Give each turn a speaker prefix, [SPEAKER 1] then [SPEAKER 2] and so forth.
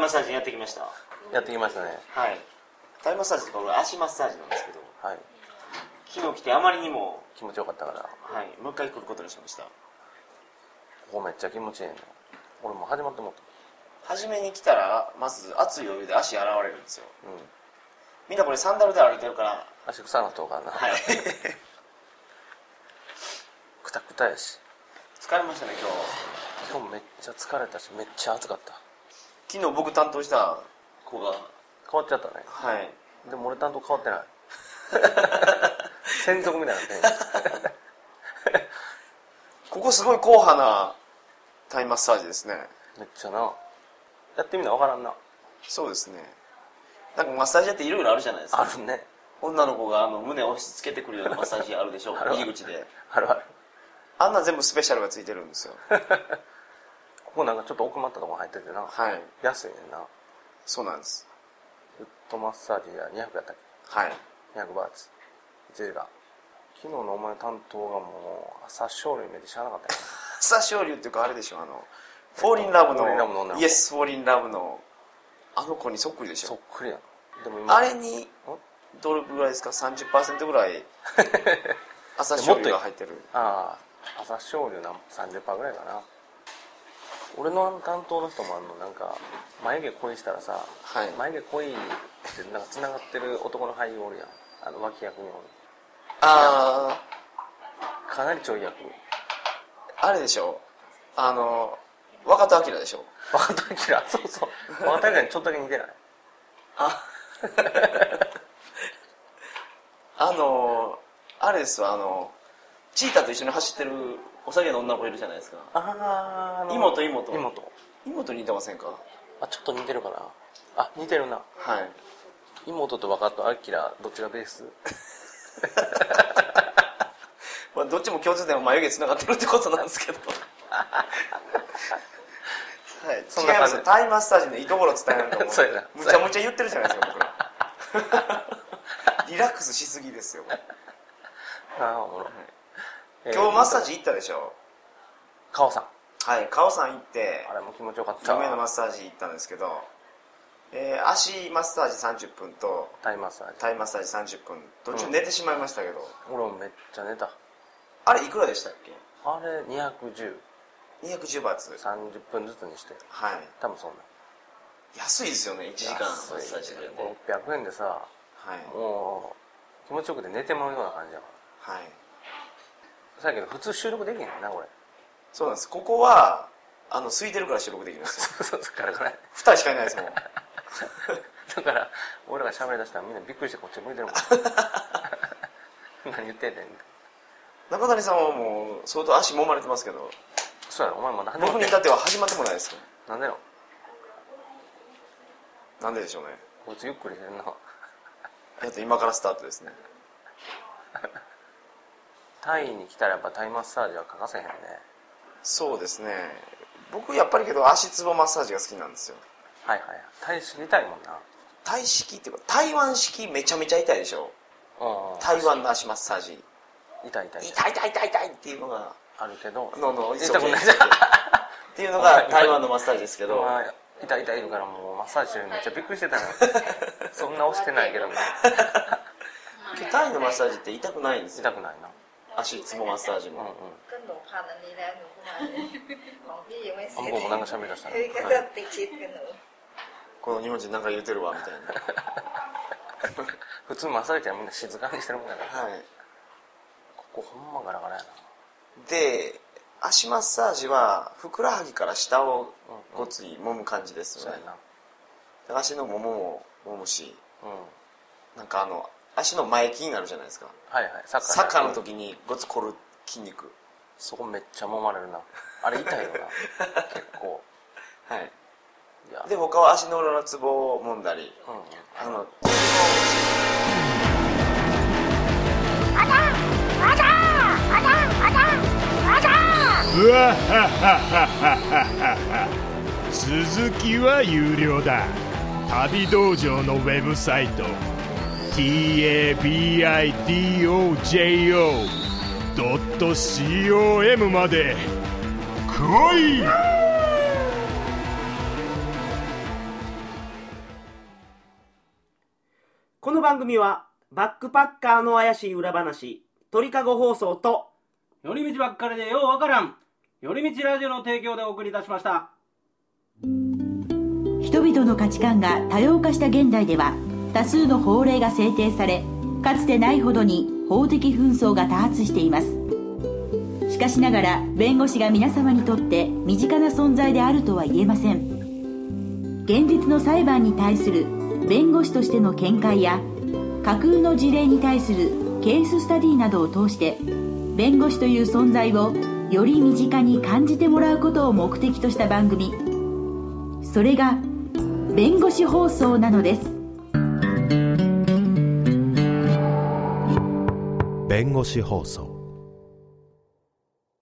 [SPEAKER 1] ました
[SPEAKER 2] やってきましたね
[SPEAKER 1] はいタイマッサージとか俺足マッサージなんですけど
[SPEAKER 2] はい
[SPEAKER 1] 昨日来てあまりにも、
[SPEAKER 2] 気持ちよかったから
[SPEAKER 1] はい、もう一回来ることにしました
[SPEAKER 2] ここめっちゃ気持ちいいね俺もう始まってもった
[SPEAKER 1] 初めに来たらまず熱いお湯で足洗われるんですよ
[SPEAKER 2] うん
[SPEAKER 1] みんなこれサンダルで歩いてるから
[SPEAKER 2] 足臭なっとうからな、
[SPEAKER 1] はい
[SPEAKER 2] くたくたやし
[SPEAKER 1] 疲れましたね今
[SPEAKER 2] 今日めっちゃ疲れたしめっちゃ暑かった
[SPEAKER 1] 日昨日僕担当した子が
[SPEAKER 2] 変わっちゃったね
[SPEAKER 1] はい
[SPEAKER 2] でも俺担当変わってない 専属みたいになってん
[SPEAKER 1] ここすごい硬派なタイマッサージですね
[SPEAKER 2] めっちゃなやってみなわからんな
[SPEAKER 1] そうですねなんかマッサージ屋っていろいろあるじゃないです
[SPEAKER 2] あ
[SPEAKER 1] か
[SPEAKER 2] るね
[SPEAKER 1] 女の子があの胸を押し付けてくるようなマッサージあるでしょ
[SPEAKER 2] あるある
[SPEAKER 1] 入り口で
[SPEAKER 2] あるある
[SPEAKER 1] あんな全部スペシャルがついてるんですよ
[SPEAKER 2] ここなんかちょっと奥まったとこ入っててな
[SPEAKER 1] はい
[SPEAKER 2] 安いねんな
[SPEAKER 1] そうなんです
[SPEAKER 2] フットマッサージが200やったっけ
[SPEAKER 1] はい
[SPEAKER 2] 200バーツ1時間昨日のお前の担当がもう朝青龍見て知らなかったよ
[SPEAKER 1] 朝青龍っていうかあれでしょあのフォーリンラブの
[SPEAKER 2] フォーリンラブの女の子
[SPEAKER 1] イエスフォーリンラブのあの子にそっくりでし
[SPEAKER 2] そ
[SPEAKER 1] ょ
[SPEAKER 2] っくりやんでも今
[SPEAKER 1] あれにどれぐらいですか30%ぐら い朝青龍が入ってる
[SPEAKER 2] ああ朝青龍なん30%ぐらいかな俺の担当の人もあのなんか眉毛濃いしたらさ、
[SPEAKER 1] はい
[SPEAKER 2] 眉毛濃いってなんかつながってる男の俳優おるやんあの脇役におる
[SPEAKER 1] あ
[SPEAKER 2] かなりちょい役
[SPEAKER 1] ああれでしょあの若田明でしょ
[SPEAKER 2] 若田明そうそう若田明にちょっとだけ似てない
[SPEAKER 1] あのあれですわあのチーターと一緒に走ってるお酒の女の子いるじゃないですか
[SPEAKER 2] ああ
[SPEAKER 1] 妹妹
[SPEAKER 2] 妹
[SPEAKER 1] 妹に似てませんか
[SPEAKER 2] あちょっと似てるかなあ似てるな
[SPEAKER 1] はい
[SPEAKER 2] 妹と若と明どっちがベース
[SPEAKER 1] まあ、どっちも共通点は眉毛つながってるってことなんですけどはい
[SPEAKER 2] そ
[SPEAKER 1] そ
[SPEAKER 2] ん
[SPEAKER 1] ん
[SPEAKER 2] な
[SPEAKER 1] な
[SPEAKER 2] 感
[SPEAKER 1] 感
[SPEAKER 2] じ
[SPEAKER 1] じタイマッサージのいいところを伝えないと思う
[SPEAKER 2] そうやな
[SPEAKER 1] むちゃむちゃ言ってるじゃないですか 僕らリラックスしすぎですよ、
[SPEAKER 2] ああおもろ、え
[SPEAKER 1] 今日マッサージ行ったでしょ
[SPEAKER 2] 川さん
[SPEAKER 1] はいカオさん行って
[SPEAKER 2] あれも気持ちよかった
[SPEAKER 1] 有名なマッサージ行ったんですけど、えー足マッサージ30分と
[SPEAKER 2] タイマッサージ
[SPEAKER 1] タイマッサージ30分どっちも寝てしまいましたけど、
[SPEAKER 2] 俺もめっちゃ寝た
[SPEAKER 1] あれいくらでしたっけ
[SPEAKER 2] あれ21030
[SPEAKER 1] 210バーツ
[SPEAKER 2] 分ずつにして
[SPEAKER 1] はい
[SPEAKER 2] 多分そんな
[SPEAKER 1] 安いですよね1時間マッサージ
[SPEAKER 2] 安い
[SPEAKER 1] くれ
[SPEAKER 2] ね
[SPEAKER 1] て
[SPEAKER 2] 600円でさ
[SPEAKER 1] はい
[SPEAKER 2] もう気持ちよくて寝てまうような感じだか
[SPEAKER 1] はい
[SPEAKER 2] らそやけど普通収録できへんよなこれ
[SPEAKER 1] そうなんですここはあの空いてるから収録できるんですよ
[SPEAKER 2] そうそうからから
[SPEAKER 1] 2人しかいないですもん
[SPEAKER 2] だから俺らが喋りだしたらみんなびっくりしてこっち向いて るもん何言ってんねん
[SPEAKER 1] 中谷さんはもう相当足揉まれてますけど
[SPEAKER 2] そうやろお前もう何でも
[SPEAKER 1] 僕に至っては始まってもないですよ
[SPEAKER 2] 何でろ
[SPEAKER 1] なんででしょうね
[SPEAKER 2] こいつゆっくりしてんな
[SPEAKER 1] えっと今からスタートですね
[SPEAKER 2] タイに来たらやっぱタイマッサージは欠かせへんね
[SPEAKER 1] そうですね僕やっぱりけど足つぼマッサージが好きなんですよ
[SPEAKER 2] はいはいはいタイ知りたいもんな
[SPEAKER 1] タイ式っていうか台湾式めちゃめちゃ痛いでしょ
[SPEAKER 2] うん
[SPEAKER 1] 台湾の足マッサージ
[SPEAKER 2] 痛い痛い痛い
[SPEAKER 1] 痛い痛い痛い痛いっていうのが
[SPEAKER 2] あるけど
[SPEAKER 1] のの
[SPEAKER 2] 痛くない
[SPEAKER 1] っていうのが台湾のマッサージですけど
[SPEAKER 2] まあ、痛い痛い言うからもうマッサージしてるのめっちゃびっくりして たのよそんな押してないけども
[SPEAKER 1] タイのマッサージって痛くないんですよ
[SPEAKER 2] 痛くないな
[SPEAKER 1] 足つぼマッサージ
[SPEAKER 2] うんうん
[SPEAKER 1] も、
[SPEAKER 3] ก็หนูผ่านอันนี้แล้วหนูก็ มาเลยของพี่ยังไม่เส
[SPEAKER 2] あ向
[SPEAKER 3] ร็จ
[SPEAKER 2] こうもなんか喋りだしたな
[SPEAKER 3] เฮ้ยก็จะติดคิดกับหนู
[SPEAKER 1] この日本人なんか言うてるわみたいな
[SPEAKER 2] 普通マッサージはみんな静かにしてるもんだから
[SPEAKER 1] はい
[SPEAKER 2] ここほんまガラガラやな
[SPEAKER 1] で足マッサージはふくらはぎから下をごっつり揉む感じです
[SPEAKER 2] そ
[SPEAKER 1] よ
[SPEAKER 2] う
[SPEAKER 1] ね
[SPEAKER 2] や、な
[SPEAKER 1] 足のももも揉むし
[SPEAKER 2] うん
[SPEAKER 1] なんかあの足の前筋があるじゃないですか
[SPEAKER 2] はいはいサッカー
[SPEAKER 1] サッカーの時にごつ凝る筋肉
[SPEAKER 2] そこめっちゃ揉まれるなあれ痛いよ な結構
[SPEAKER 1] はい
[SPEAKER 2] いや
[SPEAKER 1] で他は足の裏のツボを揉んだり
[SPEAKER 2] うんうん
[SPEAKER 1] あの
[SPEAKER 4] わははははは続きは有料だ旅道場のウェブサイト tabidojo.com まで来い
[SPEAKER 5] この番組はバックパッカーの怪しい裏話鳥かご放送と
[SPEAKER 6] 寄り道ばっかりでようわからん寄り道ラジオの提供でお送りいたしました
[SPEAKER 7] 人々の価値観が多様化した現代では多数の法令が制定されかつてないほどに法的紛争が多発していますしかしながら弁護士が皆様にとって身近な存在であるとは言えません現実の裁判に対する弁護士としての見解や架空の事例に対するケーススタディなどを通して弁護士という存在をより身近に感じてもらうことを目的とした番組それが弁護士放送なのです
[SPEAKER 8] 弁護士放送